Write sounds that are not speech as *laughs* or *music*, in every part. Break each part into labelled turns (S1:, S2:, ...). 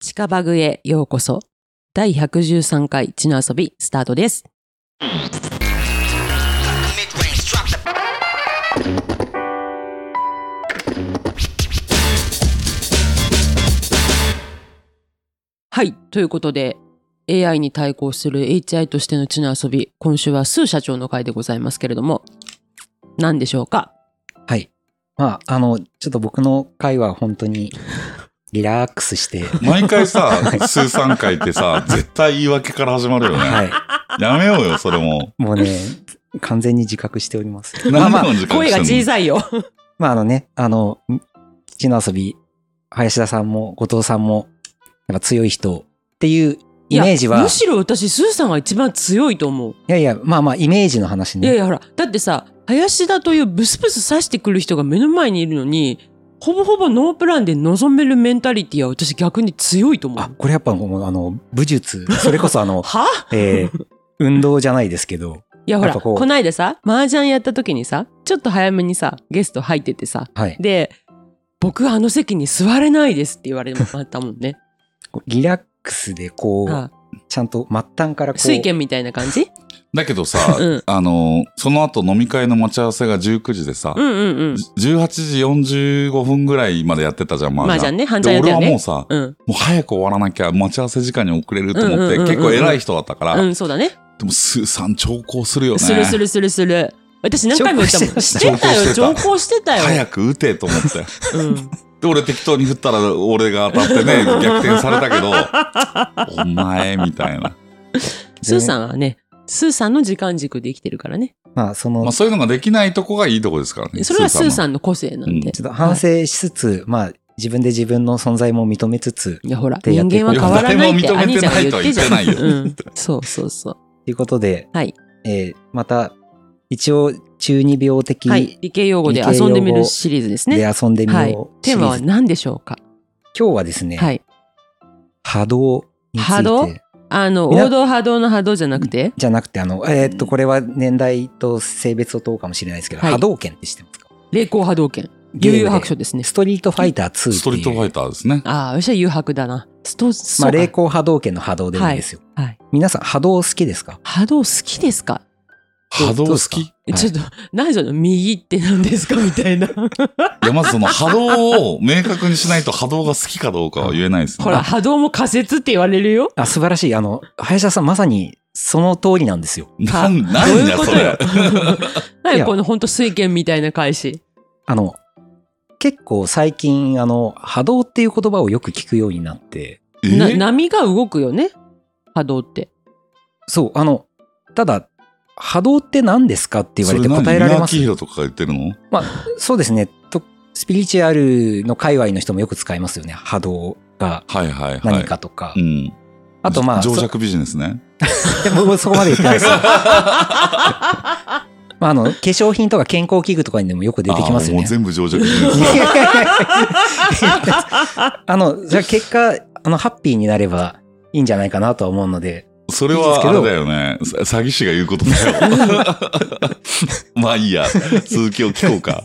S1: 近バグへようこそ。第113回地の遊びスタートです。はい。ということで、AI に対抗する HI としての地の遊び、今週はスー社長の回でございますけれども、何でしょうか
S2: はい。まあ、あの、ちょっと僕の回は本当
S1: *laughs*
S2: にリラックスして、
S3: 毎回さ、数三回ってさ、絶対言い訳から始まるよね。
S2: はい。
S3: やめようよ、それも。
S2: もうね、完全に自覚しております。
S1: *laughs*
S2: まあ
S3: 何
S2: まあ
S3: の、時間
S1: 声が
S3: して
S1: 小
S3: んの
S1: さいよ。
S2: まああのね、あの、土の遊び、林田さんも後藤さんも、なんか強い人っていうイメージ
S1: いや
S2: は
S1: む、しろ私、スーさんが一番強いと思う。
S2: いやいや、まあまあ、イメージの話
S1: いやい
S2: ね。
S1: やほらだってさ林田というブスブス刺してくる人が目の前にいるのにほぼほぼノープランで臨めるメンタリティは私逆に強いと思う。
S2: あ、これやっぱもう、あの、武術、それこそあ
S1: *laughs*
S2: の、
S1: は
S2: えー運動じゃないですけど、
S1: いやほ
S2: や
S1: ら
S2: っぱこ
S1: こ
S2: う
S1: ないださ麻雀やった時にさちょっと早めにさゲスト入っててさ
S2: はい。
S1: で「僕あの席に座れないです」って言われまったもんね。
S2: こうリラックスで、こう、
S1: は
S2: ちゃんと末端から
S1: い
S2: こう、
S1: 水拳みたいな感じ
S3: だけどさ、
S1: うん
S3: あの、その後飲み会の待ち合わせが19時でさ、
S1: うんうんうん。
S3: 18時45分ぐらいまでやってたじゃん、
S1: 麻
S3: 麻
S1: 雀
S3: 雀。
S1: ね犯罪
S3: で、
S1: やった
S3: 俺
S1: よ
S3: はもう
S1: ね。
S3: さ、
S1: うん、
S3: もう早く終わらなきゃ待ち合わせ時間に遅れると思って、
S1: うんうんうんうん
S3: 結構偉い人だったから、
S1: うん、そうだね。
S3: でもスーさん長考するよね。
S1: するするするする。私何回も言ったもん。し
S2: 長
S1: て
S3: 考
S1: たよ、
S3: してました
S1: 上行してたよ。
S3: 早く打てと思って。
S1: うん
S3: で、俺適当に振ったら俺が当たってね、逆転されたけど、
S1: *laughs*
S3: お前みたいな。
S1: スーさんはね、スーさんの時間軸で生きてるからね。
S2: まあ、その、
S3: まあそういうのができないとこがいいとこですからね。
S1: それはスー
S3: ん
S1: さんの個性なんで。
S3: うん
S2: ちょっと反省しつつ、まあ、自分で自分の存在も認めつつ、
S1: いや、ほら、
S2: でやって
S1: 人
S2: い
S1: 間
S2: こ
S1: は変
S2: う
S1: わらないって
S3: いや誰も認
S1: 兄ち
S3: めて
S1: ゃんが言
S3: ないと
S1: っ
S3: は
S1: て
S3: 言
S1: じ
S3: って
S1: ゃ
S3: ないよ
S1: ん。うんそうそうそう。
S2: ということで、
S1: はい。
S2: えーまた、一応、中二病的
S1: はい。
S2: で
S1: 理系用語で遊んでみるシリーズですね。
S2: 遊んでみよう、
S1: はい。テーマは何でしょうか
S2: 今日はですね、
S1: はい。
S2: 波動について。
S1: 波動あの、
S2: いや
S1: 王道波動の波動じゃなくて
S2: じゃなくて、あの、えーっと、これは年代と性別を問うかもしれないですけど、
S1: はい
S2: 波動拳って知ってますか
S1: 霊光波動拳。悠々白書
S2: ゲーム
S1: ですね
S2: で。ストリートファイター2っていう。
S3: ストリートファイターですね。
S1: ああ、私は誘白だな。スト、
S2: ま
S1: そ
S2: あ、
S1: うか
S2: 霊光波動拳の波動でもいいですよ。
S1: はい。
S2: 皆さん、波動好きですか
S1: 波動好きですか
S3: 波動
S2: どう
S3: 好
S2: ですか
S3: きい
S2: はい
S1: ちょっと、何その、右って何ですかみたいな。
S3: や、まずその波動を明確にしないと波動が好きかどうかは言えないですね。
S1: ほら、波動も仮説って言われるよ。
S2: あ、素晴らしい。あの、林田さん、まさにその通りなんですよ。
S3: な
S1: ど
S3: ん、な
S1: うんい
S3: だ
S1: うこ
S3: そ
S1: と
S3: れ
S1: よ。。 *laughs* 何
S2: いや
S1: この本当水拳みたいな返し。
S2: あの、結構最近、あの、波動っていう言葉をよく聞くようになって、
S1: な
S3: え
S1: 波が動くよね波動って。
S2: そう、あの、ただ、波動って何ですかって言われて
S3: そ何
S2: 答えられます
S3: 三。輪明宏とかが言ってるの
S2: まあ、そうですね。とスピリチュアルの界隈の人もよく使いますよね。波動が
S3: はいはいはい。
S2: 何かとか。
S3: うん。
S2: あとまあ、
S3: 情
S2: そ
S3: 弱ビジネスね。
S2: でも僕そ *laughs* こまで言ってない
S3: *laughs*
S2: です。まあ、あの、化粧品とか健康器具とかにでもよく出てきますよ
S3: あーもう
S2: ね。
S3: 全部情弱ビジネス。
S2: あの、じゃあ結果、あの、ハッピーになればいいんじゃないかなとは思うので、
S3: それ
S2: いいです
S3: は
S2: け
S3: あ
S2: ど
S3: れだよね。さ詐欺師が言うことだよ。
S2: *laughs*
S3: まあいいや。続きを聞こうか。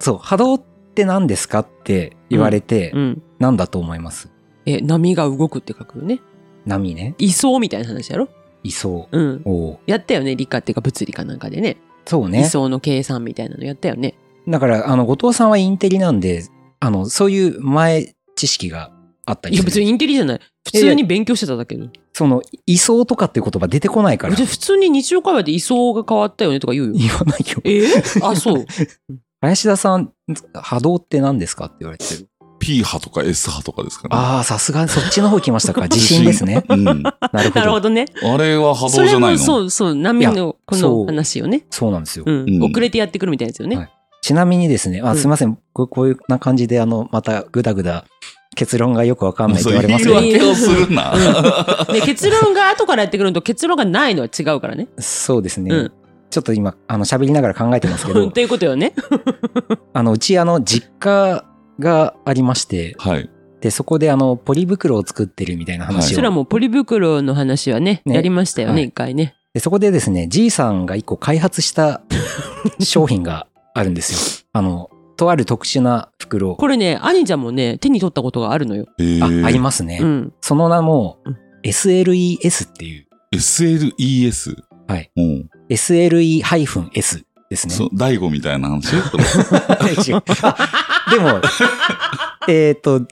S2: そう、波動って何ですかって言われて
S1: う、ん。
S2: 何だと思います
S1: え、波が動くって書くよね。
S2: 波ね、
S1: 位相みたいな話やろ
S2: 位相。
S1: うん。
S2: おう
S1: やったよね理科っていうか物理かなんかでね。
S2: そう
S1: 位
S2: ね。
S1: 相の計算みたいなのやったよね。
S2: だから、あの、後藤さんはインテリなんで、あの、そういう前知識があった
S1: い
S2: り
S1: や
S2: す
S1: 別
S2: る。
S1: にインテリじゃない。普通に勉強してただけど。
S2: その、位相とかっていう言葉出てこないから
S1: 別。に普通に日常会話で位相が変わったよねとか言うよ。
S2: 言わないよ。
S1: えあ、
S3: *laughs*
S1: そう。
S2: 林田さん、波動って何ですかって言われてる。
S3: P 派とか S 派とかですかね。
S2: ああ、さすが、そっちの方来ましたか。自信ですね。
S3: うん。あ
S2: なるほ
S1: なるほ
S2: ど。
S1: どね。
S3: れは波
S1: そ
S3: 動じ
S1: れ
S3: ゃない
S1: も
S3: の
S1: そうそう、波のこ
S2: そ
S1: の
S2: う
S1: 話よね。
S2: そうなんですよ。
S1: うん
S3: うん
S1: 遅れてやってくるみたいなやつよね。
S2: はいちなみにですね、
S1: う
S2: あ
S1: ん
S2: すいません、ここういうな感じで、あの、またぐだぐだ結論がよくわかんないと
S3: そう
S2: 言われますけ
S1: よ
S2: ど
S1: ね、
S3: 言い訳をするな。
S1: で結論が後からやってくるのと結論がないのは違うからね。
S2: そうですね。
S1: うん
S2: ちょっと今、あの、喋りながら考えてますけど
S1: と、いうことよね。
S2: あの、うち、あの、実家がありまして、
S3: はい。
S2: で、そこで、あの、ポリ袋を作ってるみたいな話
S1: そ
S2: を。
S1: れはもうポリ袋の話はね、
S2: ね
S1: やりましたよ
S2: は
S1: ね、
S2: い
S1: 一、回ね。
S2: で、そこで
S1: *laughs*
S2: ですね、じいさんが一個開発した商品があるんですよ。あの、とある特殊な袋。
S1: これね、兄ちゃんもね、手に取ったことがあるのよ。
S2: あ、あり
S3: ま
S2: ますね。
S1: うん。
S2: その名も
S1: うん、
S2: SLES っていう、
S3: す。SLES。
S2: はい。
S3: うん。
S2: SLE-S ですね。
S3: そう、大悟みたいな話それ
S2: *laughs* 違うあでも、えっと、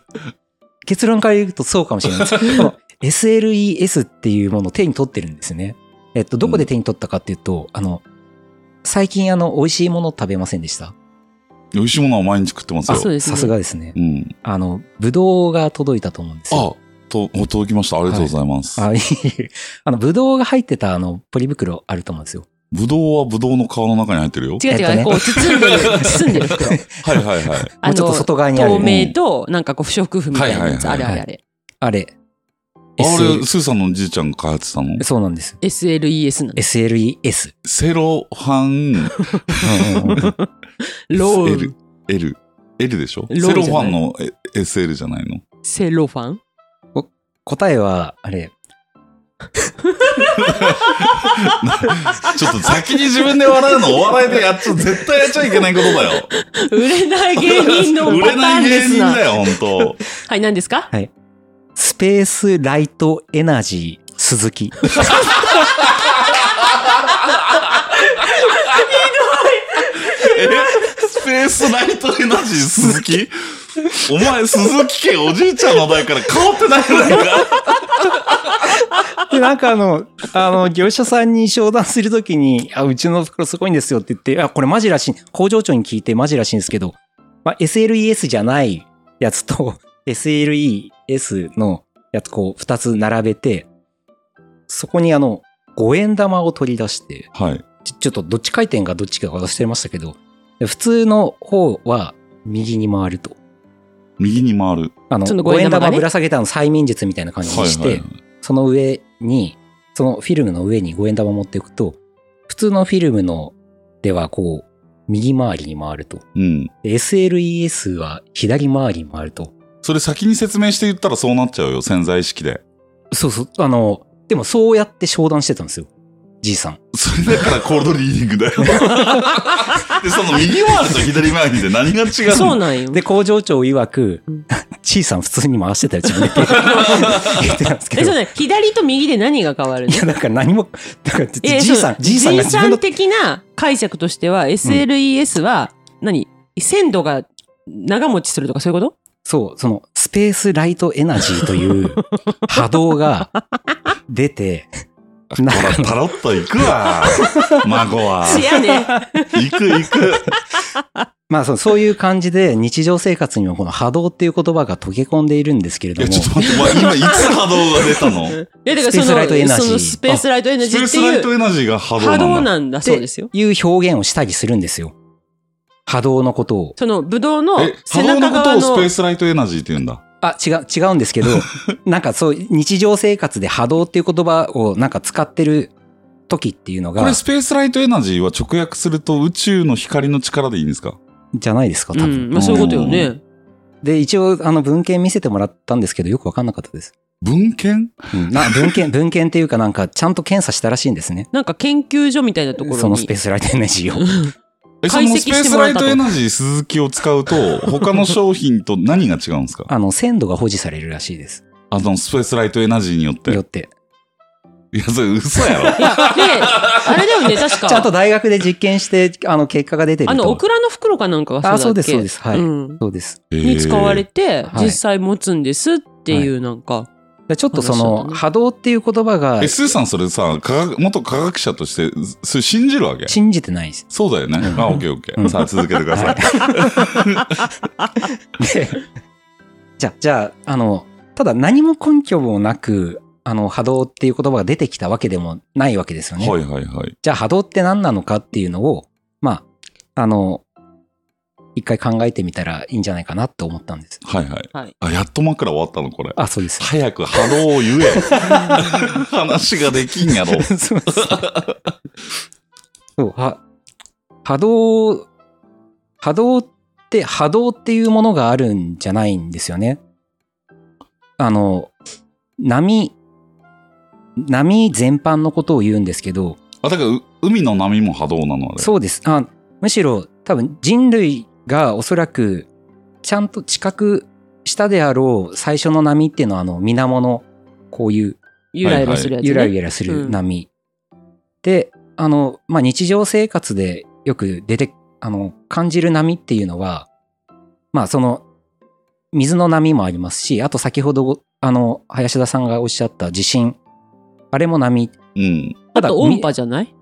S2: 結論から言うとそうかもしれないです。この SLES っていうものを手に取ってるんですね。えっと、どこで手に取ったかっていうと、あの、最近あの、美味しいもの食べませんでした
S3: 美味しいものは毎日食ってますよ。
S1: あそうですね
S2: さすがですね
S3: う。ん。
S2: あの、ぶどうが届いたと思うんですよ。
S3: あ、と、届きました。ありがとうございます。
S2: あ、いい。あの、ぶどうが入ってたあの、ポリ袋あると思うんですよ。
S3: ぶどうはぶどうの皮の中に入ってるよ。
S1: 違う違う、
S2: えっとね
S1: こう、包んでる、包んでる袋。
S3: はいはいはい。
S1: あ
S2: *laughs* もうちょっと
S1: の、
S2: 外側にある。
S1: 透明と、なんかこう、不織布みたいなやつ。
S3: は
S1: あ
S3: い
S1: れ
S3: は
S1: あ
S2: いはい
S1: れあれ。
S2: あれ。
S3: あ
S2: SL
S3: れ、スーさんのじいちゃんが開発したの
S2: そうなんです。
S1: SLES なの。
S2: SLES。
S3: セロハン
S2: うんうんうんうん
S3: *laughs*
S1: ロー
S3: L
S1: ル、
S3: L、L でしょ
S1: ロールじゃ
S3: セ
S1: ない
S3: ロハンのえ SL じゃないの
S1: セロファン
S2: 答えは、あれ、
S3: ちょっと先に自分で笑うのお笑いでやっちゃ、絶対やっちゃいけないことだよ。
S1: 売れない芸人の
S3: *laughs* 売
S1: パ
S3: れ
S1: タ
S3: な
S1: ーン
S3: い
S1: で
S3: 芸
S1: す
S3: 人だ
S1: な。
S3: よ、本
S1: はい、何ですか
S2: スペースライトエナジー鈴木。
S3: 当。えスペースライトエナ
S1: *laughs*
S3: ジー鈴木お前、鈴木家おじいちゃんの代から変わってないのか
S2: で、 *laughs* なんかあの、あの、業者さんに商談するときに、あ、うちの袋すごいんですよって言って、あ、これマジらしい。工場長に聞いてマジらしいんですけど、まあ、SLES じゃないやつと、SLES のやつ、こう、二つ並べて、そこにあの、五円玉を取り出して、
S3: はい。
S2: ちちょっとどっち回転かどっちか忘れましたけど、普通の方は右に回ると。
S3: 右に回る。
S2: あの、
S1: その
S2: 五
S1: 五円
S2: 円
S1: 玉がね
S2: 玉ぶら下げたの催眠術みたいな感じにして、
S3: はいはい。
S2: その上に、そのフィルムの上に五円玉持っていくと、普通のフィルムのではこう、右回りに回ると。
S3: うん。
S2: で SLES は左回りに回ると。
S3: それ先に説明して言ったらそうなっちゃうよ、潜在意識で。
S2: そうそう、あの、でもそうやって商談してたんですよ。じいさん。
S3: それだからコールドリーディン
S1: *laughs*
S3: グだよ。で、その右回りと左回りで何が違うの
S1: そうなんよ。
S2: で、工場長曰く
S1: うん、
S2: ちいさん普通に回してたよ、自分で。言ってたんですけど。
S1: え、そうね、左と右で何が変わるの
S2: いや、なんか何も、だから、じ
S1: えー
S2: じいさん、
S1: そう
S2: じいさんが
S1: じい
S2: 自
S1: さ
S2: 分の
S1: ん、的な解釈としては、SLES は、何鮮度が長持ちするとかそういうこと
S2: そう、その、スペースライトエナジー
S1: *laughs*
S2: という波動が出て、
S1: *laughs*
S2: な
S3: ほら、タロット行くわ。孫は。
S1: 違うね。
S3: 行く行く。
S2: まあそう、そういう感じで、日常生活にもこの波動っていう言葉が溶け込んでいるんですけれ
S3: い
S2: ど
S3: や、
S2: も、
S3: ちょっと待って、お前今いつ波動が出たの
S1: いや、だから
S2: スペースライトエナ
S1: その、
S2: ジー
S1: そのスペースライトエナ
S3: ス
S1: ジー
S3: ペー
S1: って
S3: スライト
S1: いう
S3: エナジーが波動な
S1: 波
S3: んだ。
S1: 動なんだそうですよ。
S2: いう表現をしたりするんですよ。波動のことを。
S1: その、ブドウの
S3: え、
S1: 背
S3: 波動
S1: 中
S3: のこと
S1: 側
S3: をスペー
S1: の、
S3: スライトエナジーって言うんだ。
S2: あ、違う、違うんです
S1: *laughs*
S2: けど、なんかそう、日常生活で波動っていう言葉をなんか使ってる時っていうの
S3: こ
S2: が
S3: れ、、スペースライトエナジーは直訳すると宇宙の光の力でいいんですか
S2: じゃないですか、多
S1: う
S2: 分。
S1: ん、まあそういうことよね。
S2: で、一応、あの、文献見せてもらったんですけど、よくわかんなかったです。
S3: 文献
S2: うんな、文献、 *laughs* 文献っていうかなんか、ちゃんと検査したらしいんですね。
S1: なんか研究所みたいなところに。
S2: そのスペースライトエナジ
S1: *laughs*
S2: ーを。
S3: え、そ
S1: 解析
S3: のスペー
S1: して
S3: ス
S1: もら
S3: ラ
S1: っ
S3: イ
S1: たと
S3: トエナジー鈴木を使うと、他の商品と何が違うんですか
S2: あの、鮮度が保持されるらしいです。
S3: あの、スペースライトエナジーによって。
S2: よって。
S3: いや、それ嘘やろ。
S1: いや、で、あれだ
S2: *laughs*
S1: よね、確
S2: ちゃんと
S1: か。
S2: 大学で実験して、あの、結果が出てると。
S1: あの、オクラの袋かなんかがそうだっ
S2: あ、
S1: け
S2: そうです、そうです。はい。
S1: うん
S2: そうです。
S1: *laughs* に使われ
S3: て。
S1: て、
S2: はい
S1: 実際持つんですっていう、なんか、
S2: でちょっとそ
S1: 話だっ
S2: の、
S1: たね
S2: 波動っていう言葉が
S3: え、、スーさんそれさ、科学、元科学者として、それ信じるわけ
S2: 信じてないです。
S3: そうだよね。あ、オッケーオッケ
S2: うん
S3: ー。さあ、続けてく
S2: *laughs*
S3: ださ
S1: *laughs*
S3: い。
S2: で、じゃあ、じゃあ、あの、ただ何も根拠もなく、あの、波動っていう言葉が出てきたわけでもないわけですよね。
S3: はいはいはい。
S2: じゃあ波動って何なのかっていうのを、まあ、あの、一回考えてみたらいいんじゃないかなと思ったんです。
S3: はいはい。
S1: はい。
S3: あ、やっと枕終わったの、これ。
S2: あ、そうです。
S3: 早く波動を言
S2: *laughs*
S3: え。 *laughs* 話ができんやろ。
S2: そうですそうは波動、波動って、波動っていうものがあるんじゃないんですよね。あの、波、波全般のことを言うんですけど、
S3: あ、だから、う海の波も波動なのあれ。
S2: そうです。あむしろ多分人類がおそらくちゃんと知覚したであろう最初の波っていうのはあの水面のこういう
S1: ゆらゆらするやつ、ね
S2: ゆらゆらする波、であの、まあ、日常生活でよく出てあの感じる波っていうのはまあその水の波もありますしあと先ほどごあの林田さんがおっしゃった地震あれも波
S3: うん。
S1: あと音波
S2: み
S1: じゃない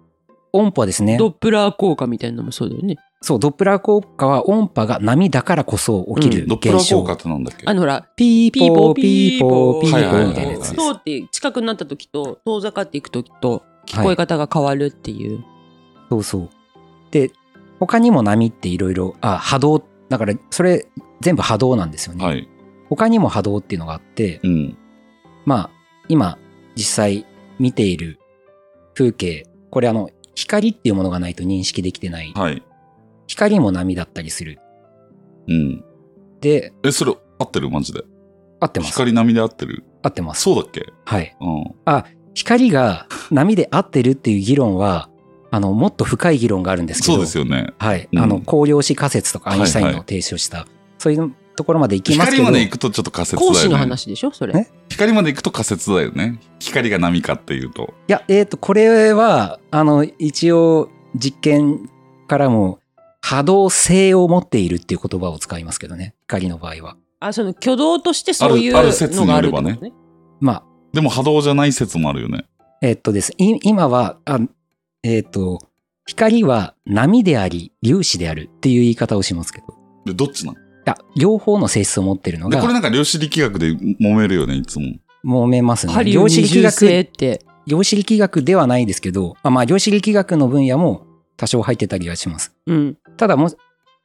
S2: 音波ですね
S1: ドップラー効果みたいなのもそうだよね。
S2: そうドップラー効果は音波が波だからこそ起きる
S3: ドップラ
S2: 現
S3: ー
S2: 象、
S3: 効果ってなんだっけ
S1: あのほら、
S2: ピー
S1: ピーポ
S2: ポ
S1: ー
S2: ーピーポーピーポ
S3: はいはいは
S2: ー
S3: いはい
S2: みたいなやつです
S1: 通って近くなった時と遠ざかっていく時と聞こえ方が変わるっていう。
S2: そうそう。で、他にも波っていろいろ、あ、波動、だからそれ全部波動なんですよね。
S3: はい。
S2: 他にも波動っていうのがあって、
S3: うん。
S2: まあ、今、実際見ている風景、これあの、光っていうものがないと認識できてない。
S3: はい。
S2: 光も波だったりする。
S3: うん。
S2: で、
S3: え、それ、合ってるマジで。
S2: 合ってます。
S3: 光波で合ってる。
S2: 合ってます。
S3: そうだっけ
S2: はい。
S3: うん。
S2: 光が波で合ってるっていう議論は、あの、もっと深い議論があるんですけど。
S3: そうですよね。
S2: はい。
S3: うん
S2: あの、光量子仮説とかアインシュタインの提唱した、そういうところまで行きますけ
S3: 光
S2: ど。
S3: まで行くとちょっと仮説だよ
S1: 講
S3: ね。
S1: 師の話でしょそれ。
S2: え
S3: 光まで行くと仮説だよね。光が波かっていうと。
S2: いや、えっ、と、これは、あの、一応、実験からも、波動性を持っているっていう言葉を使いますけどね、光の場合は。
S1: あ、その挙動としてそういう
S3: あるある説
S1: の
S3: に
S1: があ
S3: よ
S1: る
S3: れ
S1: ってこ
S3: ば
S1: と
S3: ね
S1: ね。
S2: ま
S3: でも波動じゃない説もあるよね。
S2: あ、えっ、とです、い今は、あえっ、と、光は波であり、粒子であるっていう言い方をしますけど、い
S3: で、どっちなの
S2: や、両方の性質を持っているの
S3: で、これ
S2: が、
S3: なんか量子力学で揉めるよね、いつも。
S2: 揉めますね。
S1: 針を
S2: 量子力
S1: 二重性
S2: 学、
S1: って。
S2: 量子力学ではないですけど、あまあ、量子力学の分野も多少入ってたりはします。
S1: うん。
S2: ただもし、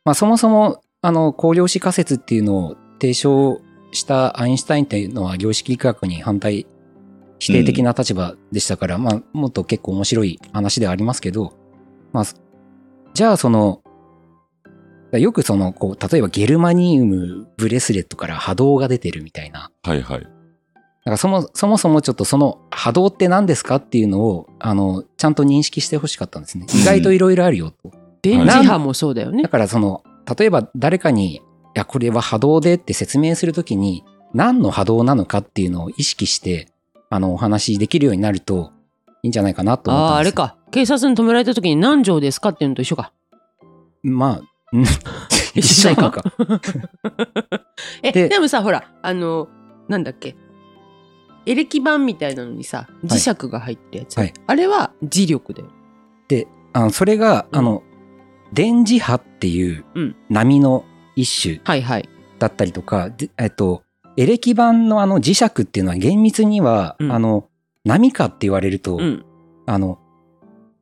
S2: まあ、そもそもあの光量子仮説っていうのを提唱したアインシュタインっていうのは量子力学に反対否定的な立場でしたから、まあ、もっと結構面白い話ではありますけど、まあ、そじゃあそのよくそのこう例えばゲルマニウムブレスレットから波動が出てるみたいな
S3: はいはい。
S2: だからそもそもそもちょっとその波動って何ですかっていうのをあのちゃんと認識してほしかったんですね意外といろいろあるよと。
S1: 電磁波もそうだよね
S2: だ。からその、例えば誰かに、いや、これは波動でって説明するときに、何の波動なのかっていうのを意識して、あの、お話しできるようになると、いいんじゃないかなと思っ
S1: ああー、
S2: た
S1: あ
S2: んで
S1: れ
S2: す。あ
S1: か。警察に止められた時に何条ですかっていうのと一緒か。
S2: れか。まあ、うん *laughs* 一
S1: *laughs* 一
S2: 緒
S1: 緒
S2: なのか。
S1: えで
S2: で
S1: もさほらあのなんだっけエレキ板みたいなのにさ磁石が入ってるやつ、
S2: はい
S1: あれは磁力だよ
S2: で、あのそれが、
S1: うん
S2: あの、電磁波っていう
S1: うん
S2: 波の一種
S1: はいはい
S2: だったりとか、でえっと、エレキ板のあの磁石っていうのは厳密には、
S1: うん
S2: あの、波かって言われると、
S1: うん
S2: あの、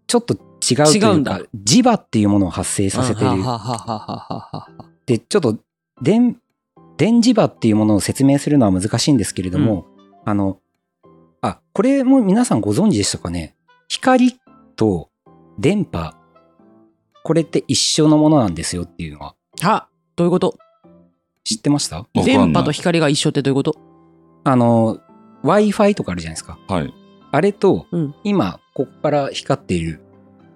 S2: ちょっと違うと
S1: 違う
S2: い
S1: ん
S2: う
S1: だ
S2: か、磁場っていうものを発生させてい
S1: は
S2: る。
S1: ははははは
S2: で、ちょっと、電、電磁場っていうものを説明するのは難しいんですけれども、あの、あ、これも皆さんご存知でしたかね光と電波、これって一緒のものなんですよっていうのは、
S1: はどういうこと
S2: 知ってました
S3: わかん
S1: 電
S3: な
S1: 波
S3: い
S1: と。光が一緒ってどういうこと
S2: あの、Wi-Fi とかあるじゃないですか。
S3: はい。
S2: あれと、
S1: うん
S2: 今、こっから光っている、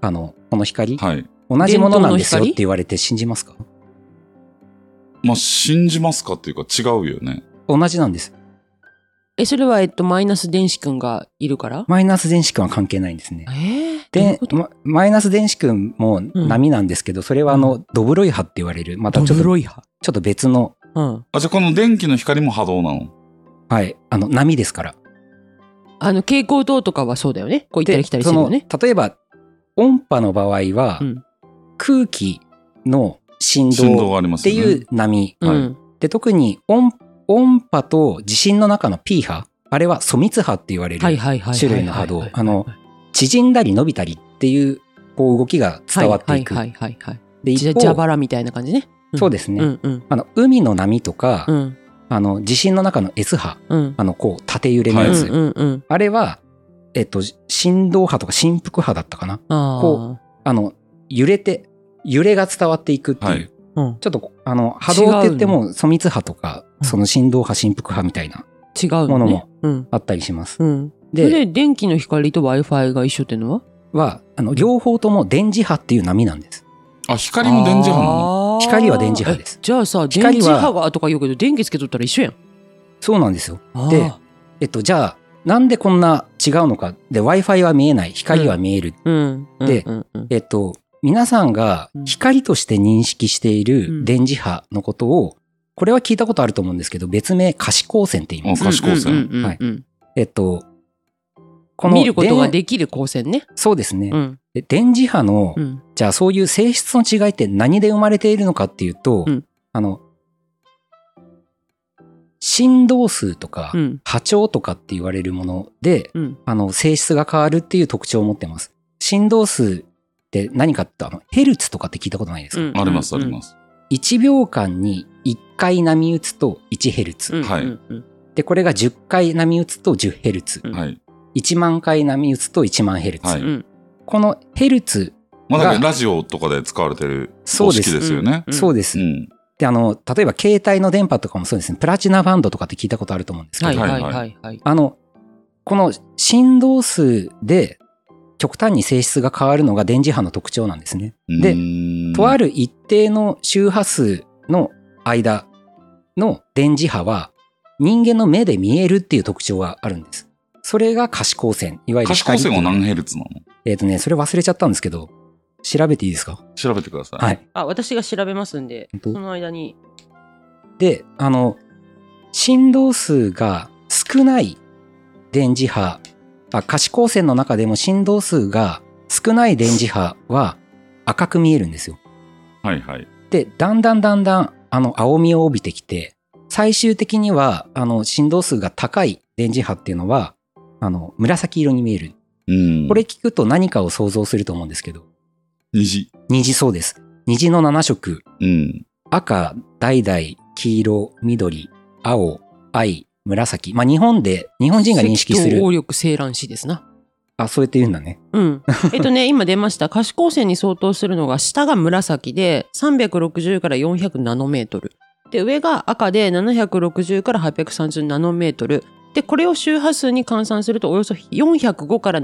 S2: あの、この光、
S3: はい。
S2: 同じものなんですよ
S1: 電灯の
S2: っ
S1: 光
S2: て言われて信じますか
S3: まあ、信じますかっていうか違うよね。
S2: 同じなんです。
S1: えそれはえっとマイナス電子君がいるから、
S2: マイナス電子君は関係ないんですね。
S1: えー、どういう
S2: で
S1: こと、
S2: まマイナス電子君も波なんですけど、それはあ
S1: う
S2: の、ドブロイ波って言われる、またちょっと、ちょ
S1: い波
S2: っと別の、
S1: うん
S3: あ、じゃあこの電気の光も波動なの
S2: はい、あの、波ですから。
S1: あの蛍光灯とかはそうだよねこう行ったり来たりす
S2: そ
S1: るよ
S2: の、
S1: ね
S2: 例えば、音波の場合は、
S1: うん
S2: 空気の振
S3: 振動
S2: 動
S3: がありま
S2: っ
S3: す
S2: て
S3: よね。
S2: いう波。
S1: う
S3: はい
S1: ん
S2: で、特に音、音波と地震の中の P 波、あれは疎密波って言われ
S1: はい
S2: る、
S1: はいはいはいはいはい
S2: 種類の波動
S1: はいはい
S2: あの縮んだり伸びたりっていう、こう動きが伝わっていく。
S1: はいはいはいはい
S2: で、
S1: じ
S2: 一
S1: ゃ蛇
S2: 方、
S1: 腹みたいな感じねうん
S2: そうですね、
S1: うんうん
S2: あの海の波とか、
S1: うん
S2: あの地震の中の S 波
S1: うん
S2: あのこう縦揺れのやつ、
S1: うんうんうん
S2: あれは、えっと、振動波とか振幅波だったかな
S1: あー
S2: こあの揺れて揺れが伝わっていくっていう、
S3: はい
S1: うん
S2: ちょっとあの波動って言っても疎密波とか
S1: うん
S2: その振動波振幅波みたいな
S1: 違うのね
S2: ものも
S1: うん
S2: あったりします、
S1: うんそれで
S2: で
S1: 電気の光と w i f i が一緒っていうのは
S2: はあの両方とも電磁波っていう波なんです
S3: あ、光も電磁波なの
S1: あー
S2: 光は電磁波です
S1: えじゃあさ電
S2: 光は
S1: 磁波がとか言うけど電気つけとったら一緒やん
S2: そうなんですよ。
S1: あー
S2: でえっと、じゃあ、なんでこんな違うのか。で、Wi-Fi は見えない。光は見える。
S1: うんうん
S2: で
S1: うんうん
S2: えっと、皆さんが
S1: うん
S2: 光として認識していうる
S1: ん
S2: 電磁波のことを、これは聞いたことあると思うんですけど、別名可視光線って言います。
S3: 可視光線
S1: うんうんうんうん
S2: はいえっと、こ
S1: 見ることが
S2: 電
S1: できる光線ね
S2: そうですね
S1: う。ん
S2: で電磁波の、
S1: うん
S2: じゃあそういう性質の違いって何で生まれているのかっていうと、
S1: うん
S2: あの、振動数とか、
S1: うん
S2: 波長とかって言われるもので、
S1: うん
S2: あの、性質が変わるっていう特徴を持ってます。振動数って何かって、あの、ヘルツとかって聞いたことないですか、
S1: うん
S3: あります、あり
S1: す
S3: ます。
S2: ?1 秒間に1回波打つと1ヘルツ。
S3: はい
S2: で、これが10回波打つと10ヘルツ
S1: う。ん
S3: はい。
S2: 1万回波打つと1万ヘルツ。
S3: はい
S2: このヘルツ、
S3: まあ、だから
S2: が
S3: ラジオとかで使われてる
S2: そう
S3: 方
S2: です
S3: 式ですよね。
S2: そう
S1: で
S2: です。
S3: うん。
S2: で、あの、例えば携帯の電波とかもそうですね。プラチナバンドとかって聞いたことあると思うんですけど、
S1: はいはい
S3: はい
S1: はいはい
S2: あの、この振動数で極端に性質が変わるのが電磁波の特徴なんですね。で
S3: で
S2: とあ
S3: る。
S2: る一定の周波数の間の電磁波は人間の目で見えるっていう特徴があるんです。それが可視光線、いわゆる
S3: 可視光
S2: 光
S3: 線は
S2: っていう
S3: 何ヘルツなの
S2: えっ、とね、それ忘れちゃったんですけど、調べていいですか
S3: 調べてください。
S2: はい。
S1: あ私が調べますんで
S2: 本
S1: そ
S2: 当
S1: の間に
S2: で、あの、振動数が少ない電磁波、あ可視光線の中でも振動数が少ない電磁波は赤く見えるんですよ。
S3: はいはい。
S2: で、だんだんだんだん、あの、青みを帯びてきて、最終的には、あの、振動数が高い電磁波っていうのは、あの、紫色に見える。
S3: うん。
S2: これ聞くと何かを想像すると思うんですけど、
S3: 虹。
S2: 虹そうです。虹の7色、
S3: うん。
S2: 赤、橙、黄色、緑、青、藍、紫。まあ、日本で、日本人が認識す
S1: 赤
S2: る
S1: 道。応力青卵子ですな
S2: あ、そうやって言うんだね。
S1: うん、 *laughs* えっとね今出ました可視光線に相当するのが下が紫で360から400ナノメートルで上が赤で760から830ナノメートルでこれを周波数に換算するとおよそ405から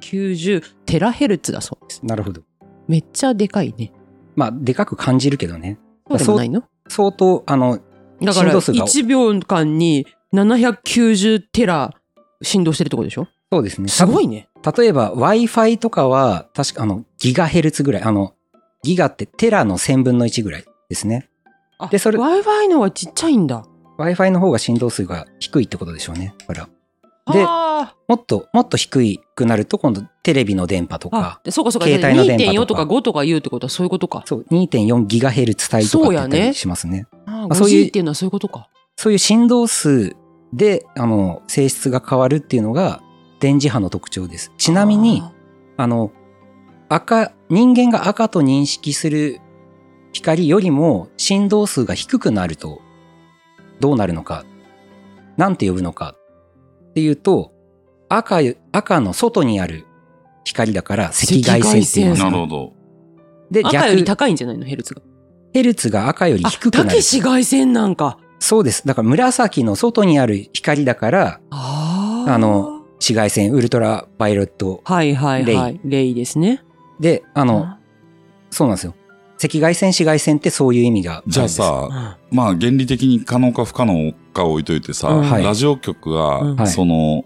S1: 790テラヘルツだそうです
S2: なるほど。
S1: めっちゃでかいね
S2: まあ、でかく感じるけどね。
S1: そうでもないの
S2: 相当、あの、
S1: だから
S2: 振動数が
S1: 1秒間に790テラ振動してるってことでしょ
S2: そうですね。
S1: すごいね
S2: 例えば Wi-Fi とかは、確かあの、ギガヘルツぐらい。あの、ギガってテラの1000分の1ぐらいですね。
S1: あ
S2: でそれ
S1: w i f i の方がちっちゃいんだ
S2: Wi-Fi の方が振動数が低いってことでしょうね。だから、で
S1: あ
S2: もっと、もっと低くなると、今度テレビの電波と
S1: ーあ
S2: か、
S1: でそうかそうか
S2: 携帯の電波とか
S1: 2.4とか5とか言うってことはそういうことか
S2: そう、2.4ギガヘルツ帯とかって言っ
S1: そう
S2: た
S1: やね
S2: りしますね。
S1: あ
S2: あ
S1: あ、
S2: そういう
S1: 5G っていうのはそういうことか。
S2: そういう振動数で、あの、性質が変わるっていうのが、電磁波の特徴です。ちなみに、あの、赤、人間が赤と認識する光よりも振動数が低くなるとどうなるのか、なんて呼ぶのかっていうと、赤、赤の外にある光だから赤外線って言います
S1: 赤
S3: な
S2: ね、
S3: るほど。
S2: で、
S1: 赤より
S2: 逆、
S1: 高いんじゃないのヘルツが。
S2: ヘルツが赤より
S1: あ、
S2: 低く
S1: だ
S2: な
S1: け
S2: る。
S1: 紫外線なんか。
S2: そうです。だから紫の外にある光だから
S1: ああ。
S2: あの、紫外線、ウルトラバイオレット。
S1: はいはいはい。レイですね。
S2: で、あ
S1: あ
S2: の、そうなんですよ。赤外線、紫外線ってそういう意味があるんです。
S3: じゃあさ、
S1: あ
S3: まあ原理的に可能か不可能か置いといてさ、
S1: うん
S2: はい
S3: ラジオ局
S1: うん
S2: は
S3: が、
S2: い
S3: その、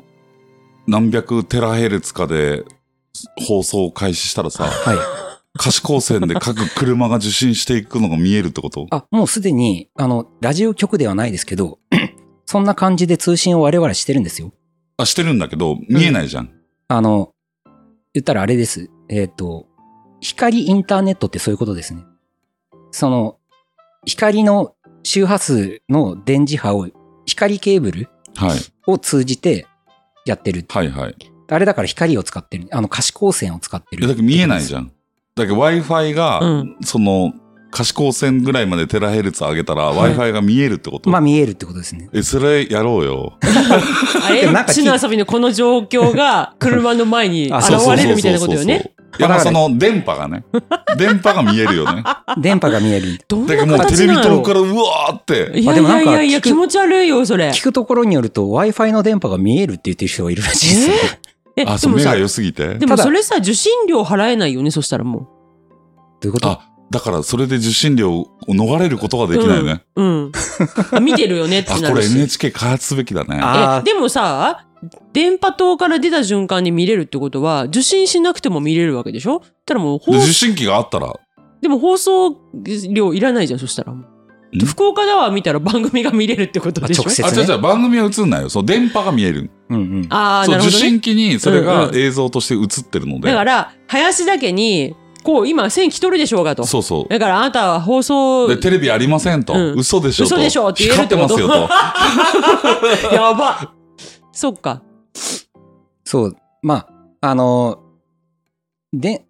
S3: 何百テラヘルツかで放送を開始した
S2: *laughs*
S3: らさ、
S2: はい。
S3: 可視光線で各車が受信していくのが見えるってこと
S2: あ、もうすでに、あの、ラジオ局ではないですけど、 *clears throat* そんな感じで通信を我々してるんですよ。
S3: あ、してるんだけど、見えないじゃん。
S2: あの、言ったらあれです。えっ、と、光インターネットってそういうことですね。その、光の周波数の電磁波を、光ケーブル
S3: はい。
S2: を通じてやってる。
S3: はいはい。
S2: あれだから光を使ってる。あの、可視光線を使って
S3: いや
S2: る。
S3: だけど見えないじ
S2: ゃん。
S3: ゃん。だけど Wi-Fi が、
S1: うん
S3: その、可視光線ぐらいまでテラヘルツ上げたら
S2: はい
S3: Wi-Fi が見えるってこと、
S2: まあ見えるってことですね。
S3: え、それやろうよ。
S1: れ
S2: なんか
S1: 地の遊びのこの状況が車の前に
S2: *laughs* あ
S1: 現
S2: そうそうそうそう
S1: れるみたいなことよね。
S3: いや、まあその、電波がね。電波が見えるよね。だ
S2: 電波が見え *laughs* る。
S1: どん
S3: けど
S1: な
S3: もうテ
S1: 形
S3: レビ
S1: な
S3: 塔
S1: の
S3: からうわーって。
S1: いや
S2: あで
S1: い
S2: もな
S1: や
S2: ん
S1: い
S2: か
S1: やいや
S2: 聞く
S1: 気持ち悪いよそれ。
S2: 聞くところによると Wi-Fi の電波が見えるって言ってる人がいるらしいですよ。
S1: え
S3: あ、
S1: で
S3: そう、
S1: も
S3: 目
S1: さ
S3: が良すぎて
S1: で。も
S2: ただ
S1: それさ受信料払えないよねそしたらも
S2: どういうこと
S3: あ、だからそれで受信料を逃れることができないね。
S1: うん。見てるよねって
S3: あ、
S1: な
S3: こ
S1: る
S3: れ
S1: し。
S3: NHK 開発すべきだね。
S2: あ
S1: え
S2: ー、
S1: でもさ、電波塔から出た瞬間に見れるってことは、受信しなくても見れるわけでしょたらもう放
S3: で、受信機があったら、
S1: でも放送料いらないじゃん、そしたら。福岡タワー見たら番組が見れるってことでしょ
S2: あ直接
S3: あ、違う違う、番組は映んないよ。そう、電波が見える。
S2: うんうん。
S1: あー
S3: そう、
S1: なる
S3: 受
S1: ほどね。
S3: 信機にそれ
S1: うん
S3: が
S1: うん
S3: 映像として映ってるので。
S1: だから、林だけに、こう、今、線来とるでしょうがと。
S3: そうそう。
S1: だから、あなたは放送、
S3: で、テレビありませんと。
S1: うん
S3: 嘘でしょと。
S1: 嘘でしょって言える
S3: 光
S1: っ
S3: って
S1: てこと
S3: ます
S1: *laughs*
S3: よと。
S1: やば。そっか。
S2: そう。まあ、あの、で、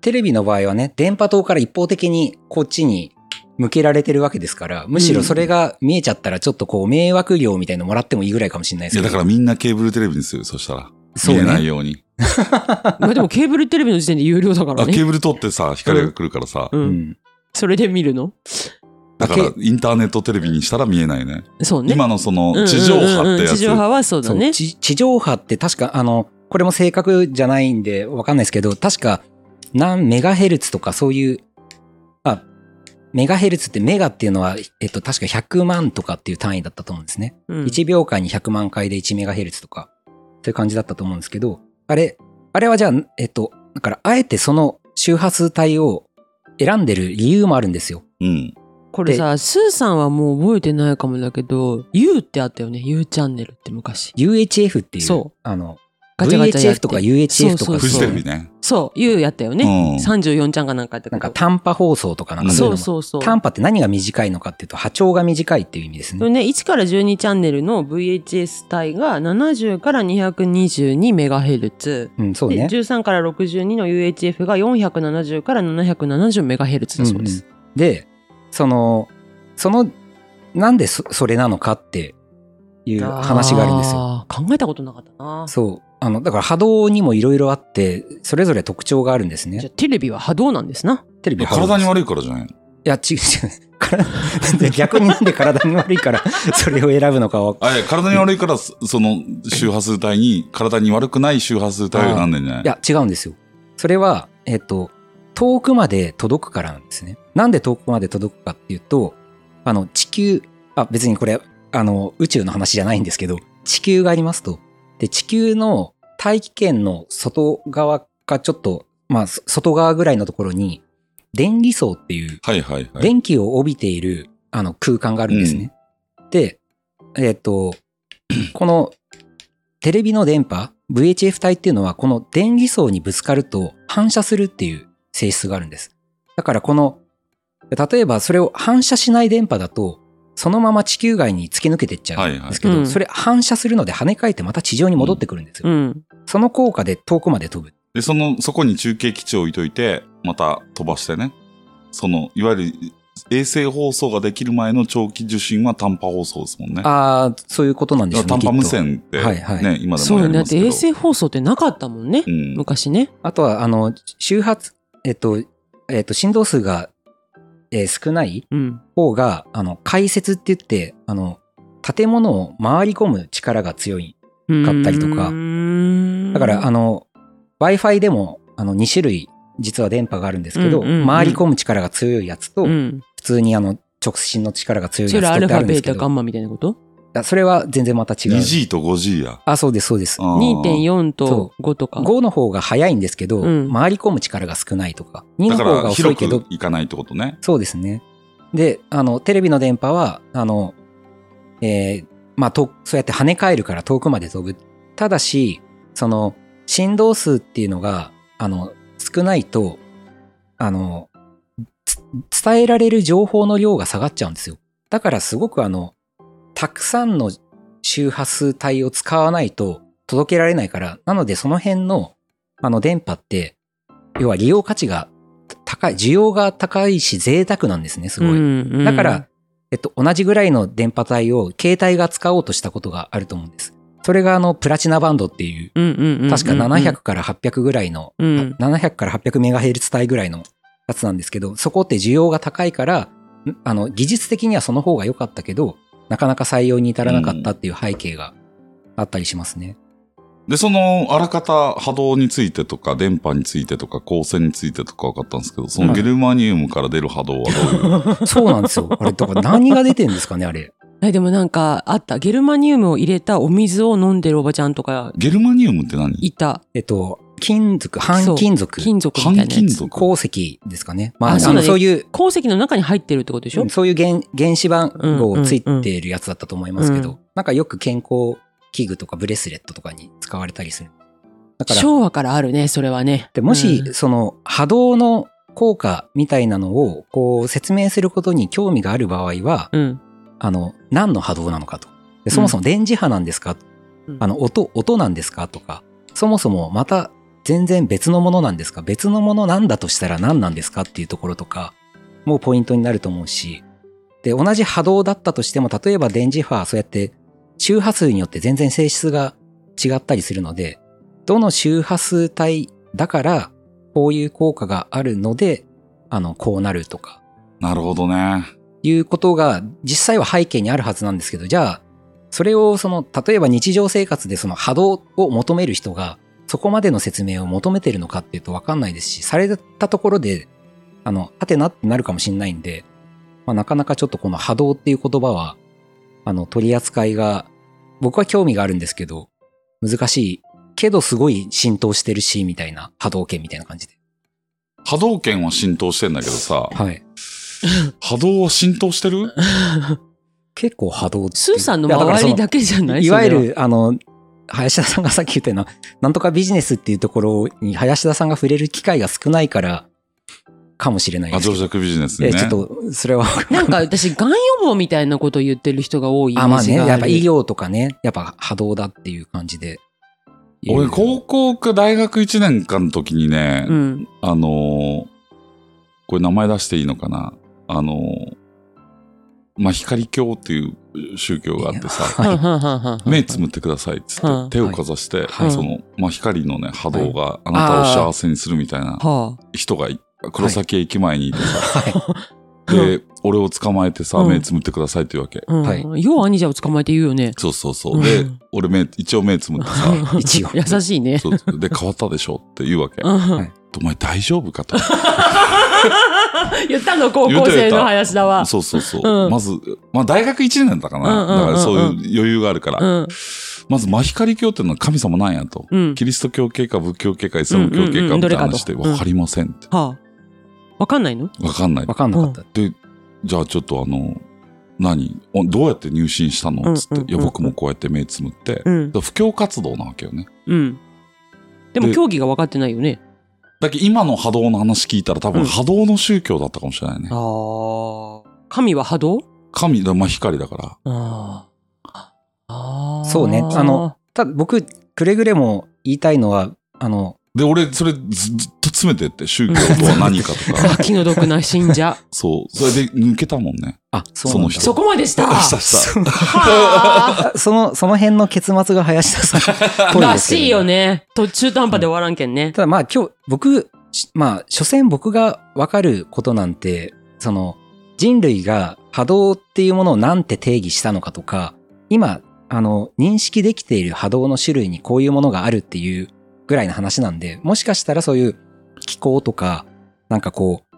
S2: テレビの場合はね、電波塔から一方的にこっちに向けられてるわけですから、むしろそれが見えちゃったらちょっとこう迷惑料みたいのもらってもいいぐらいかもしれないで
S3: い
S2: す
S3: や、
S2: け
S3: だか
S2: ど。
S3: らみんなケーブルテレビにするよ、そしたら。
S2: そう
S3: 見
S2: ね
S3: えないように。
S1: まあでも、ケーブルテレビの時点で有料だから
S3: あ、ケ
S1: ね。
S3: ーブル取ってさ、光が来るからさ。
S1: う。
S2: うんん。
S1: それで見るの
S3: だから
S2: け、
S3: インターネットテレビにしたら見えないね。
S1: そうね。
S3: 今のその
S1: うんうんうん、
S3: 地上波ってや
S1: 地上
S3: つ。
S1: 波はそうだ
S2: そう
S1: ね。
S2: 地地上波って確か、あの、これも正確じゃないんでわかんないですけど、確か何メガヘルツとかそういう、あ、メガヘルツってメガっていうのは、えっと、確か100万とかっていう単位だったと思うんですね。
S1: うん
S2: 1秒間に100万回で1メガヘルツとか、そういう感じだったと思うんですけど、あれ、あれはじゃあ、えっと、だから、あえてその周波数帯を選んでる理由もあるんですよ。
S3: うん。
S1: これさ、スーさんはもう覚えてないかもだけど、U ってあったよね。U チャンネルって昔。
S2: UHF っていう、
S1: そう
S2: あの、
S1: ガチャガチャやって
S2: VHF とか UHF と
S1: そうそう
S2: か、
S3: フジテレビね。
S1: そう、U やったよね。
S3: うん。
S1: 34ちゃんかなんかやったけど
S2: なんか短波放送とかなんかそういう
S1: そ
S2: の
S1: う
S2: も
S1: そうそう。
S2: 短波って何が短いのかっていうと波長が短いっていう意味です
S1: そ
S2: ね。
S1: れね、1から12チャンネルの VHS 帯が70から 222MHz。
S2: うん、そう
S1: で、
S2: ね。
S1: 13から62の UHF が470から 770MHz だそうです。
S2: で、その、その、なんでそそれなのかっていう話があるんですよ。
S1: あー考えたことなかったな。
S2: そう。あの、だから波動にもいろいろあって、それぞれ特徴があるんです
S1: じゃ
S2: ね。
S1: あテレビは波動なんですな。
S2: テレビ
S3: 体に
S2: い。
S3: 悪いからじゃな
S2: い
S3: い
S2: や、違う違う。からで逆になんで体 *laughs* に悪いから、それを選ぶのかは。
S3: あ、いや体に悪いから、そその周波数帯に、体に悪くない周波数帯を選んでんじゃない
S2: いや、違うんですよ。それは、えっ、と、遠くまで届くからなんですね。なんで遠くまで届くかっていうと、あの、地球、あ、別にこれ、あの、宇宙の話じゃないんですけど、地球がありますと。で、地球の大気圏の外側かちょっと、まあ、そ外側ぐらいのところに、電離層っていう、
S3: はいはいはい。
S2: 電気を帯びているあの空間があるんですね。で、えっ、と、 *clears throat* このテレビの電波、VHF 帯っていうのは、この電離層にぶつかると反射するっていう性質があるんです。だからこの、例えばそれを反射しない電波だと、そのまま地球外に突き抜けていっちゃ
S3: は
S2: う
S3: い
S2: ん
S3: は
S2: で
S3: い
S2: す。けど、
S1: うん
S2: それ反射するので跳ね返ってまた地上に戻ってくるんですよ。
S1: うん。
S2: その効果で遠くまで飛ぶ。
S3: で、その、そこに中継基地を置いといて、また飛ばしてね。その、いわゆる衛星放送ができる前の長期受信は短波放送ですもんね。
S2: ああ、そういうことなんでしょうね。
S3: 短波無
S2: きっと
S3: 線って、ね、
S2: はいは
S3: 今で
S1: そ
S3: も
S1: う
S3: や
S1: よね。
S3: り
S1: だ
S3: ま
S1: っ
S3: す
S1: て
S3: けど。
S1: 衛星放送ってなかったもんね。
S3: うん。
S1: 昔ね。
S2: あとは、あの、周波数、えっと、えっと、振動数が、えー少ない
S1: うん。
S2: 方が、あの、解説って言って、あの、建物を回り込む力が強い。買ったりとか
S1: うーん
S2: だから、あの、Wi-Fi でも、あの、2種類、実は電波があるんですけど、
S1: うんうんうん
S2: 回り込む力が強いやつと、
S1: うん。
S2: 普通にあの、直進の力が強い
S1: そ
S2: や
S1: れア
S2: つと
S1: ル
S2: っ
S1: フ
S2: てある
S1: ァ、
S2: んで
S1: ベ
S2: す
S1: ー
S2: け
S1: タ、
S2: ど、
S1: ガンマみたいなこと
S2: あそれは全然また違う。
S3: 2G と 5G や。
S2: あ、そうです、そうです。
S3: あー
S1: ?2.4 と5とか。
S2: 5の方が早いんですけど、
S1: うん
S2: 回り込む力が少ないとか、2
S3: だ
S2: の
S3: か
S2: 方が
S3: ら、
S2: 遅い
S3: 広
S2: けど
S3: く、いかないってことね。
S2: そうですね。で、あの、テレビの電波は、あの、えーまあ、と、そうやって跳ね返るから遠くまで飛ぶ。ただし、その、振動数っていうのが、あの、少ないと、あの、つ伝えられる情報の量が下がっちゃうんですよ。だからすごくあの、たくさんの周波数帯を使わないと届けられないから、なのでその辺の、あの、電波って、要は利用価値が高い、需要が高いし贅沢なんですね、すごい。
S1: うんうん
S2: だから、、えっと、同じぐらいの電波帯を携帯が使おうとしたことがあると思うんです。それがあの、プラチナバンドっていう、
S1: うんうんうんうん
S2: 確か700から800ぐらいの、
S1: うん
S2: 700から800メガヘルツ帯ぐらいのやつなんですけど、そこって需要が高いから、んあの、技術的にはその方が良
S1: *laughs*
S2: かったけど、なかなか採用に至らなかったっていう背景があったりしますね。
S3: で、その、あらかた波動についてとか、電波についてとか、光線についてとか分かったんですけど、そのゲルマニウムから出る波動はどう
S2: *laughs*
S3: いう、
S2: そうなんですよ。あれ、だから何が出てんですかね、あれ。
S1: えでもなんかあったゲルマニウムを入れたお水を飲んでるおばちゃんとか
S3: ゲルマニウムって何
S1: いた
S2: えっと、金属、半金属、
S1: 金属みたいな
S3: 半
S1: やつ
S3: 金属
S2: 鉱石ですかね。まあ、
S1: あ
S2: あ
S1: そうだ
S2: の
S1: ね
S2: そういう、
S1: 鉱石の中に入ってるってことでしょ、
S2: そういう原原子番号ついているやつだったと思いますけど、なんかよく健康器具とかブレスレットとかに使われたりする。だから、
S1: 昭和からあるねそれはね
S2: でもし、
S1: うん
S2: その波動の効果みたいなのをこう説明することに興味がある場合は、
S1: うん
S2: あの、何の波動なのかと。でそもそも電磁波なんですか、
S1: うん
S2: あの、音、音なんですかとか、そもそもまた全然別のものなんですか別のものなんだとしたら何なんですかっていうところとか、もうポイントになると思うし、で、同じ波動だったとしても、例えば電磁波、そうやって周波数によって全然性質が違ったりするので、どの周波数帯だから、こういう効果があるので、あの、こうなるとか、
S3: なるほどね。
S2: いうことが実際は背景にあるはずなんですけど、じゃあ、それをその、例えば日常生活でその波動を求める人が、そこまでの説明を求めてるのかっていうとわかんないですし、されたところで、あの、はてなってなるかもしれないんで、まあ、なかなかちょっとこの波動っていう言葉は、あの、取り扱いが、僕は興味があるんですけど、難しいけどすごい浸透してるし、みたいな波動圏みたいな感じで。
S3: 波動圏は浸透してんだけどさ、
S2: はい。
S3: 波動は浸透してる
S2: 結構波動って。
S1: スーさんの
S2: いやだからそ
S1: 周りだけじゃない
S2: いわゆ
S1: それは
S2: る、あの、林田さんがさっき言ったような、なんとかビジネスっていうところに林田さんが触れる機会が少ないから、かもしれない
S3: あ、
S2: です
S3: 情
S2: けど。
S3: 弱ビジネス
S2: え
S3: に
S2: え
S3: ね。
S2: ちょっと、それは、
S1: なんか私がん予防みたいなことを言ってる人が多いイメ
S2: あ、ま
S1: ー
S2: あ
S1: ジ
S2: ね、
S1: がある
S2: やっぱ医療とかね、やっぱ波動だっていう感じで。
S3: 俺、高校か大学1年間の時にね、
S1: うん
S3: あのーこれ名前出していいのかなあのーまあ、光教っていう宗教があってさ、
S1: は
S2: はい
S1: んはんはんはんはん
S3: 目つむってくださいっつ
S1: は
S3: っ
S1: い
S3: て手をかざして、
S1: はい
S3: その、まあ、光のね、波動があなたを幸せにするみたいな
S1: は
S3: 人がい黒崎駅前にいてさ、
S1: は
S3: で、俺を捕まえてさ、
S1: うん
S3: 目つむってくださいっていうわけ。
S1: あ、うん
S2: は
S1: よう兄者を捕まえて言うよね
S3: そうそうそう。で
S1: うん、
S3: 俺目、一応目つむってさ、
S2: 一応
S1: *laughs* 優しいね
S3: そうで、変わったでしょって言うわけ。
S1: うん
S2: い
S3: お前大丈夫
S1: *laughs*
S3: かと。
S1: 言ったの高校生の林田は
S3: そうそうそう。
S1: うん
S3: まず、まあ大学1年だったかな。
S1: うんうんうんうん
S3: だからそういう余裕があるから。
S1: うん
S3: まず、真光教っていうのは神様なんやと。
S1: うん
S3: キリスト教系か仏教系かイスラム教
S1: うんう
S3: 系
S1: んう
S3: か
S1: ん
S3: み
S1: ど
S3: た
S1: れ
S3: いな
S1: かと
S3: 話で
S1: うん
S3: 分かりませんって。
S1: はあわかんないの
S3: 分かんない
S2: わ。かんなかった。
S3: で、じゃあちょっとあの、何おどうやって入信した
S1: うんうん
S3: のつって。いや、僕もこうやって目つむって。だか
S1: うん
S3: ら布教活動なわけよね。
S1: うんでも
S3: で
S1: 競技が分かってないよね
S3: だけど今の波動の話聞いたら多
S1: う
S3: 分
S1: ん
S3: 波動の宗教だったかもしれないね。
S1: ああ神は波動
S3: 神だ、まあ光だから。
S1: ああああ
S2: そうねあのただ、僕、くれぐれも言いたいのは、あの、
S3: で、俺、それずずっと詰めてって、宗教とは何か
S1: *laughs*
S2: *laughs*
S3: とか。
S1: 気の毒な信者
S3: そう。それで抜けたもんね。
S2: あ、そうなんだ
S3: その人
S1: *laughs* そこまで *laughs* した
S3: あしたした。
S1: は
S2: あその、その辺の結末が林田さんっぽいです
S1: あ
S2: けど
S1: *laughs*
S2: ね
S1: らしいよね途中途半端で終わらんけんね
S2: ただまあ今日僕、しまあ、所詮僕がわかることなんて、その人類が波動っていうものをなんて定義したのかとか、今、あの、認識できている波動の種類にこういうものがあるっていうぐらいの話なんで、もしかしたらそういう気候とか、なんかこう、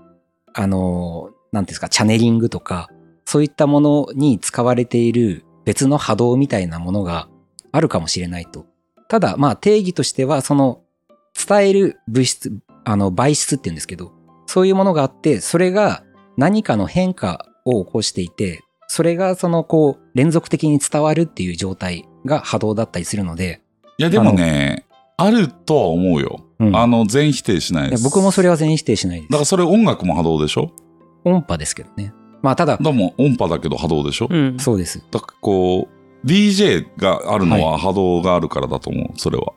S2: あの、なんていうんですか、チャネリングとか、そういったものに使われている別の波動みたいなものがあるかもしれないと。ただ、まあ定義としては、その伝える物質、あの、媒質って言うんですけど、そういうものがあって、それが何かの変化を起こしていて、それがそのこう連続的に伝わるっていう状態が波動だったりするので、
S3: いや、でもね、あるとは思うよ。
S2: うん
S3: あの、全否定しない
S2: い
S3: で
S2: や
S3: す。
S2: 僕もそ
S3: れ。
S2: れは全否定しないで
S3: だから
S2: す。
S3: それ音楽も波動でしょ
S2: 音波ですけどね。まあただ、
S3: でも音波だけど波動でしょ、
S1: うん
S2: そうです。
S3: だからこう、DJ があるのは波動があるからだと思う、それは。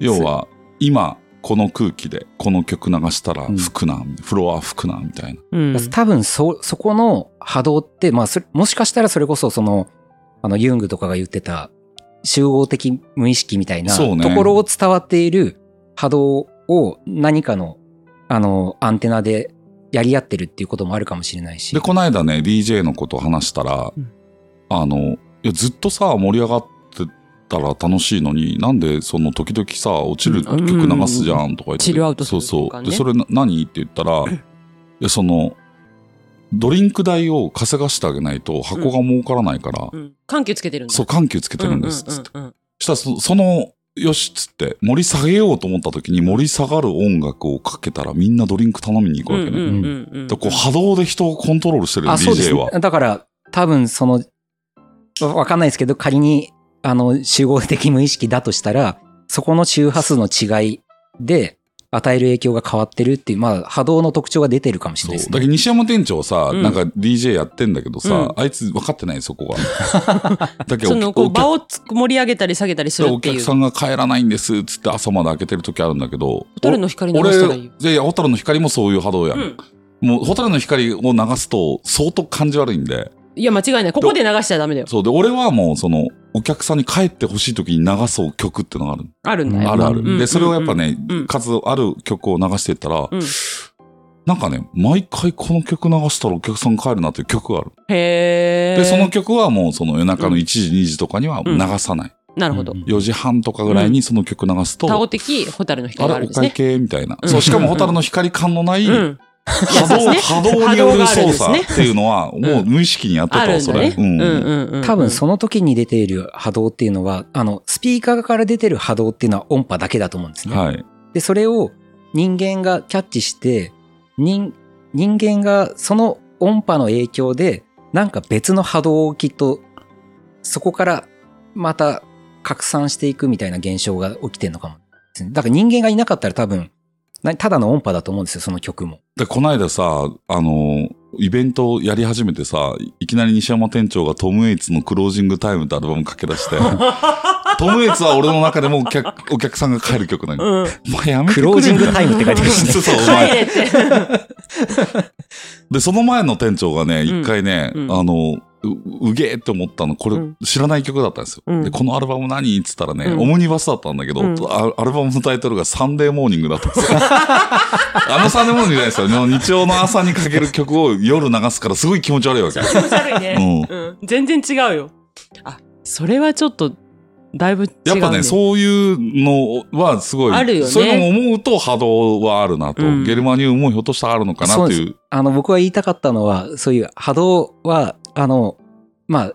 S3: 要は、今、この空気で、この曲流したら
S2: うん
S3: 吹くな、フロア吹くな、みたいな。
S1: うん
S2: 多分そ、そこの波動って、まあそれ、もしかしたらそれこそその、あの、ユングとかが言ってた集合的無意識みたいな
S3: そうね
S2: ところを伝わっている波動を何かの、あの、アンテナでやり合ってるっていうこともあるかもしれないし。
S3: で、この間ね、DJ のことを話したら、
S1: うん
S3: あの、いや、ずっとさ、盛り上がってたら楽しいのに、なんでその時々さ、落ちる曲流すじゃんとか言って。
S1: チルアウトする
S3: そう
S1: と
S3: そ
S1: か
S3: う。
S1: ね
S3: で、それな何って言ったら、
S1: *clears throat*
S3: いや、その、ドリンク代を稼がしてあげないと箱が儲からないから、
S1: うん緩急つけてるんだ
S3: そう、緩急つけてるんです。つって
S1: うんうんうん
S3: したらそ、その、よしっつって、盛り下げようと思った時に盛り下がる音楽をかけたらみんなドリンク頼みに行く
S1: う
S3: わ
S1: ん
S3: けね。
S1: うんうんうん
S3: でこう波動で人をコントロールしてるよ
S2: あ、そうです
S3: DJ は。
S2: ね。だから、多分その、わわかんないですけど、仮に、あの、集合的無意識だとしたら、そこの周波数の違いで、与える影響が変わってるっていう、まあ、波動の特徴が出てるかもしれ
S3: そ
S2: な
S3: う
S2: いです
S3: だけ
S2: ね。
S3: ど西山店長さ、
S1: うん
S3: なんか DJ やってんだけどさ、
S1: う
S3: あいつ分かってないそこが。
S1: *laughs*
S3: だけど
S1: そのこ
S3: お
S1: う場をつ盛り上げたり下げたりする
S3: お
S1: ってい
S3: 客
S1: う
S3: さんが帰らないんですっつって朝まで開けてる時あるんだけど。
S1: 蛍の光流
S3: 俺、
S1: したらいいよ、
S3: いやいや、ホタルの光もそういう波動や。
S1: うんん、
S3: もう、ホタルの光を流すと、相当感じ悪いんで。
S1: いや間違いないここで流しちゃダメだよ
S3: そう。で、俺はもう、その、お客さんに帰ってほしい時に流そう曲ってのがある。
S1: あるんだ
S2: うん
S1: よ
S3: あるある。
S1: うん
S3: で、それをやっぱね
S1: うん、
S3: 数ある曲を流していったら
S1: うん、
S3: なんかね、毎回この曲流したらお客さん帰るなっていう曲がある。
S1: へえ
S3: で、その曲はもうその夜中の1時、2時とかには
S1: うん
S3: 流さない。
S1: なるほど、
S2: うん
S3: 4時半とかぐらいにその曲流すと、
S1: 多語的蛍の光が
S3: あ
S1: あ
S3: れ、
S1: るんで
S3: お
S1: す
S3: 会
S1: ね
S3: 計みたいな。
S1: うん
S3: そう、しかも蛍の光感のない、
S1: うん
S3: 波動、波動による操作っていうのは、もう無意識にやって
S1: あ
S3: た
S1: る
S3: わ、
S1: ん
S3: そ
S1: だ
S3: れ。
S1: ね
S3: うん
S1: うんうんうん
S2: 多分その時に出ている波動っていうのは、あの、スピーカーから出てる波動っていうのは音波だけだと思うんですね。
S3: はい。
S2: で、それを人間がキャッチして、人、人間がその音波の影響で、なんか別の波動をきっと、そこからまた拡散していくみたいな現象が起きてるのかもですね。だから人間がいなかったら多分、なただの音波だと思うんですよ、その曲 *laughs* も。
S3: で、この間さ、あの、イベントをやり始めてさ、いきなり西山店長がトム・エイツのクロージングタイムってアルバムかけ出して、トム・エイツは俺の中でもお客お客さんが帰る曲なの。
S1: うん
S3: お前やめ
S2: ク
S3: てくれ
S2: ロ
S3: よ
S2: ージングタイムって書いてるし、ね、
S3: そうそう、お前
S1: 帰。
S3: *laughs*
S1: れって
S3: で、その前の店長がね、
S1: うん
S3: 一回ね、
S1: うん
S3: あの、ううげーって思ったの、これ
S1: うん
S3: 知らない曲だったんですよ。
S1: うん
S3: で、このアルバム何っつったらね、
S1: うん
S3: オムニバスだったんだけど、
S1: うん
S3: あアルバムのタイトルがサンデーモーニングだったんですよ。 *laughs* あのサンデーモーニングじゃないですよ。もう日曜の朝にかける曲を夜流すからすごい気持ち悪いわけ。
S1: 気持ち悪いね、
S3: う
S1: うん、全然違うよあそれはちょっとだいぶ違う、ね、
S3: やっぱね、そういうのはすごい。
S1: あるよね
S3: そういうのも思うと波動はあるなと。
S1: うん
S3: ゲルマニウムもひょっとしたらあるのかなって
S2: そ
S3: いうう。
S2: あの、僕が言いたかったのは、そういう波動は、あの、まあ、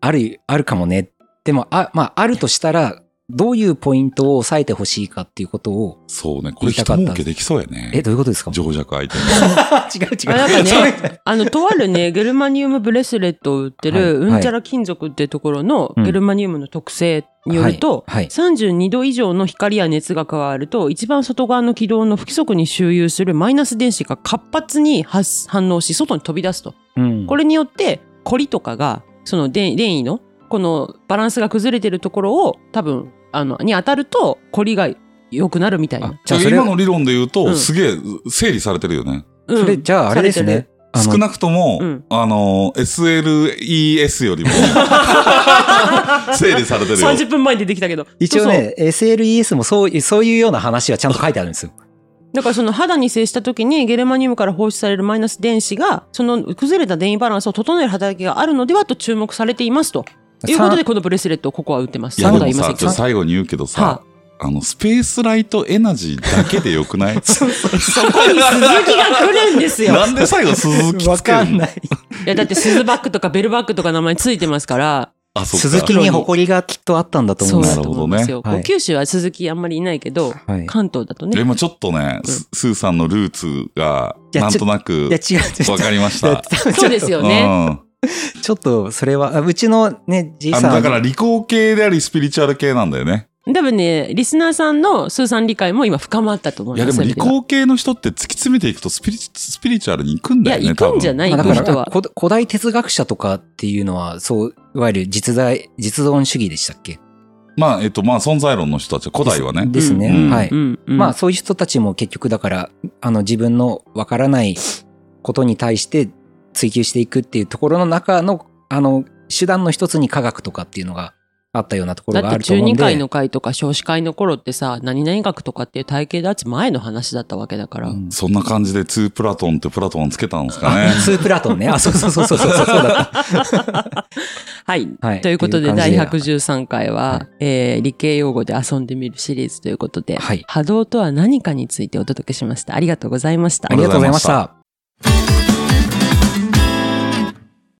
S2: ある、あるかもね。でも、あ、まあ、あるとしたら、どういうポイントを抑えてほしいかっていうことを、
S3: そうね、こ
S2: 言
S3: れ
S2: いた
S3: 人
S2: かった
S3: 儲けできそうやね。
S2: え、どういうことですか違う
S3: 情弱相手に。
S2: 違
S1: あなんかね
S2: それ
S1: あの、とある
S2: *laughs*
S1: ね、ゲルマニウムブレスレットを売ってる、
S2: はい
S1: うんちゃら金属ってところの
S2: うん
S1: ゲルマニウムの特性 *laughs* によると、
S2: はい。はい
S1: 32度以上の光や熱が加わると、一番外側の軌道の不規則に周遊するマイナス電子が活発に発反応し、外に飛び出すと。
S2: うん
S1: これによって、コリとかが、その電電位の、このバランスが崩れてるところを、多分、あの、に当たると、コリが良くなるみたいな
S2: あ。じゃあそれ
S3: 今の理論で言うと、
S1: うん
S3: すげえ整理されてるよね。
S1: うん
S2: それ、じゃあ、あれです
S1: され
S2: ね。あの
S3: 少なくとも、
S1: うん
S3: あの、SLES よりも、整理されてるよ。
S1: 30分前に出てきたけど。
S2: 一応
S1: そうそう
S2: ね、SLES もそういう、そういうような話はちゃんと書いてあるんですよ。
S1: だからその肌に接した時にゲルマニウムから放出されるマイナス電子がその崩れた電位バランスを整える働きがあるのではと注目されていますということでこのブレスレットをここは売ってます。
S3: いや、で
S1: まだ
S3: も
S1: 言いませ
S3: さ、
S1: んけ
S3: ち
S1: ど
S3: ょっと最後に言うけどさ
S1: は、
S3: あの、スペースライトエナジーだけでよくない
S1: そこに鈴木が来るんですよ。
S3: なんで最後鈴木
S2: わ
S3: つけ
S2: か
S3: る
S2: ん
S3: の
S2: ない。
S1: いやだって鈴バッグとかベルバッグとか名前ついてますから。
S3: あ、そ
S2: 鈴
S3: っ
S2: 木
S3: か。
S2: に誇りがきっとあったんだと思うんです
S1: だ
S2: よ。
S1: と思うんですよ。
S2: なるほどね
S1: こう九州は鈴木あんまりいないけど、
S2: はい
S1: 関東だと
S3: で
S1: ね。
S3: もちょっとね、
S1: うん
S3: ススーさんのルーツが、
S2: いや
S3: なんとなく
S2: いや、、違う、違う
S3: わかりまし
S2: いや
S3: た。
S2: 多分ちょっ
S1: *laughs*
S2: と
S1: そうですよね。
S3: うん
S2: ちょっと、それは、あうちのね、じい
S3: あ
S2: さん。
S3: のだから、理工系であり、スピリチュアル系なんだよね。
S1: 多分ね、リスナーさんのスーさん理解も今深まったと思
S3: い
S1: い
S3: や
S1: ま。
S3: ですも理
S1: それでは
S3: 工系の人って突き詰めていくとスピリスピリチュアルに行くんだよね。
S1: いや行くんじゃない
S3: 多
S2: まあ、
S3: 分
S1: 行く
S2: だか
S1: 人は
S2: ら古古代哲学者とかっていうのは、そう、いわゆる実在、実存主義でしたっけ
S3: まあ、えっと、まあ、存在論の人たちは古代はね。
S2: ですね。
S3: うん
S2: はい。
S1: うんうん
S2: まあ、そういう人たちも結局だから、あの、自分のわからないことに対して追求していくっていうところの中の、あの、手段の一つに科学とかっていうのがああったようなとこ
S1: だ
S2: ろ
S1: っ
S2: が
S1: て
S2: あると
S1: 中
S2: 思うん
S1: 2
S2: で。 *laughs*
S1: 回の会とか少子会の頃ってさ、何々学とかっていう体系立つ前の話だったわけだから。
S2: うん
S3: そんな感じで2プラトンってプラトンつけたんですかね。
S2: ツープラトンね。あ、そうそうそうそうそうそうだっ
S1: はい。
S2: た。はい。
S1: ということで、
S2: って
S1: 第
S2: いう感じで
S1: 113回は、
S2: はい
S1: えー理系用語で遊んでみるシリーズということで、
S2: はい
S1: 波動とは何かについてお届けしました。ありがとうございました
S2: あ。りがとうございました。